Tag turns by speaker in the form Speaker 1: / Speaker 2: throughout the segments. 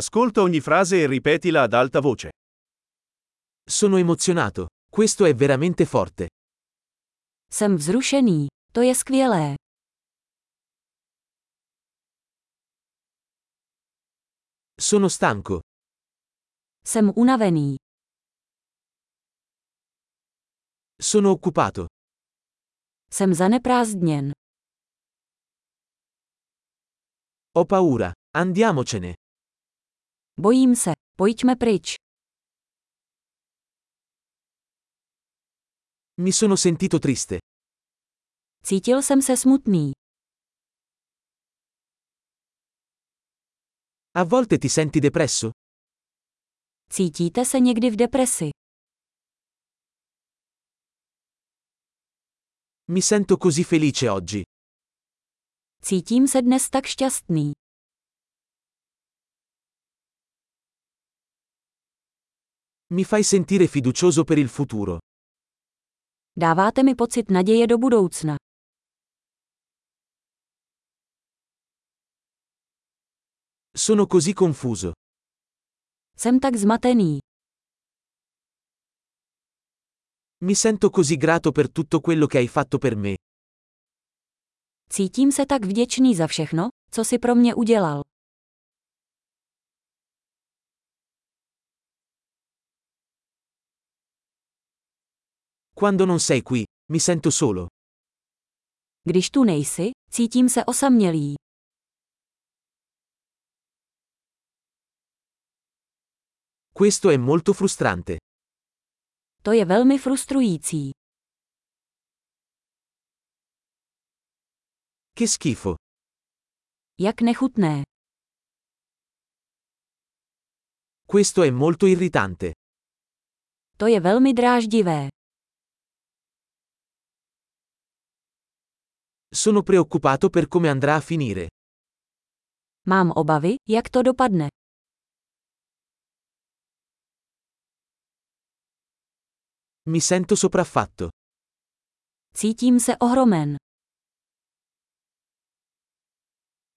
Speaker 1: Ascolta ogni frase e ripetila ad alta voce.
Speaker 2: Sono emozionato. Questo è veramente forte.
Speaker 3: Jsem vzrušený. To je skvělé.
Speaker 2: Sono stanco.
Speaker 3: Jsem unavený.
Speaker 2: Sono occupato.
Speaker 3: Jsem zaneprázdněn.
Speaker 2: Ho paura. Andiamocene.
Speaker 3: Bojím se. Pojďme pryč.
Speaker 2: Mi sono sentito triste.
Speaker 3: Cítil jsem se smutný.
Speaker 2: A volte ti senti depresso?
Speaker 3: Cítíte se někdy v depresi?
Speaker 2: Mi sento così felice oggi.
Speaker 3: Cítím se dnes tak šťastný.
Speaker 2: Mi fai sentire fiducioso per il futuro.
Speaker 3: Dáváte mi pocit naděje do budoucna.
Speaker 2: Sono così confuso.
Speaker 3: Jsem tak zmatený.
Speaker 2: Mi sento così grato per tutto quello che hai fatto per me.
Speaker 3: Cítím se tak vděčný za všechno, co si pro mě udělal.
Speaker 2: Quando non sei qui, mi sento solo.
Speaker 3: Když tu nejsi, cítím se osamělý.
Speaker 2: Questo è molto frustrante.
Speaker 3: To je velmi frustrující.
Speaker 2: Che schifo.
Speaker 3: Jak nechutné.
Speaker 2: Questo è molto irritante.
Speaker 3: To je velmi dráždivé.
Speaker 2: Sono preoccupato per come andrà a finire.
Speaker 3: Mám obavy, jak to dopadne.
Speaker 2: Mi sento sopraffatto.
Speaker 3: Cítím se ohromen.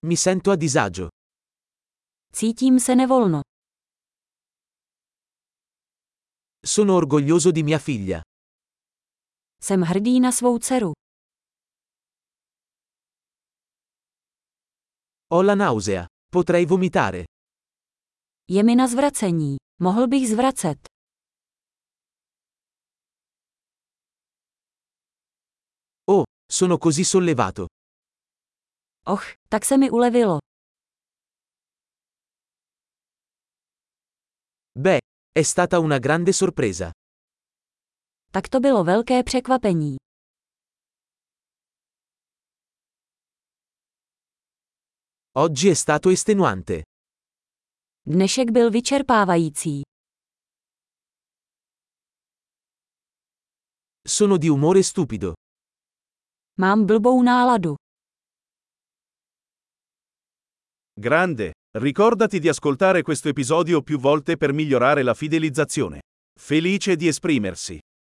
Speaker 2: Mi sento a disagio.
Speaker 3: Cítím se nevolno.
Speaker 2: Sono orgoglioso di mia figlia.
Speaker 3: Jsem hrdý na svou dceru.
Speaker 2: Ho la nausea. Potrei vomitare.
Speaker 3: Je mi na zvracení. Mohl bych zvracet.
Speaker 2: Sono così sollevato.
Speaker 3: Och, tak se mi ulevilo.
Speaker 2: Beh, è stata una grande sorpresa.
Speaker 3: Tak to bylo velké překvapení.
Speaker 2: Oggi è stato estenuante.
Speaker 3: Dnešek byl vyčerpávající.
Speaker 2: Sono di umore stupido.
Speaker 3: Mám blbou náladu.
Speaker 1: Grande, ricordati di ascoltare questo episodio più volte per migliorare la fidelizzazione. Felice di esprimersi.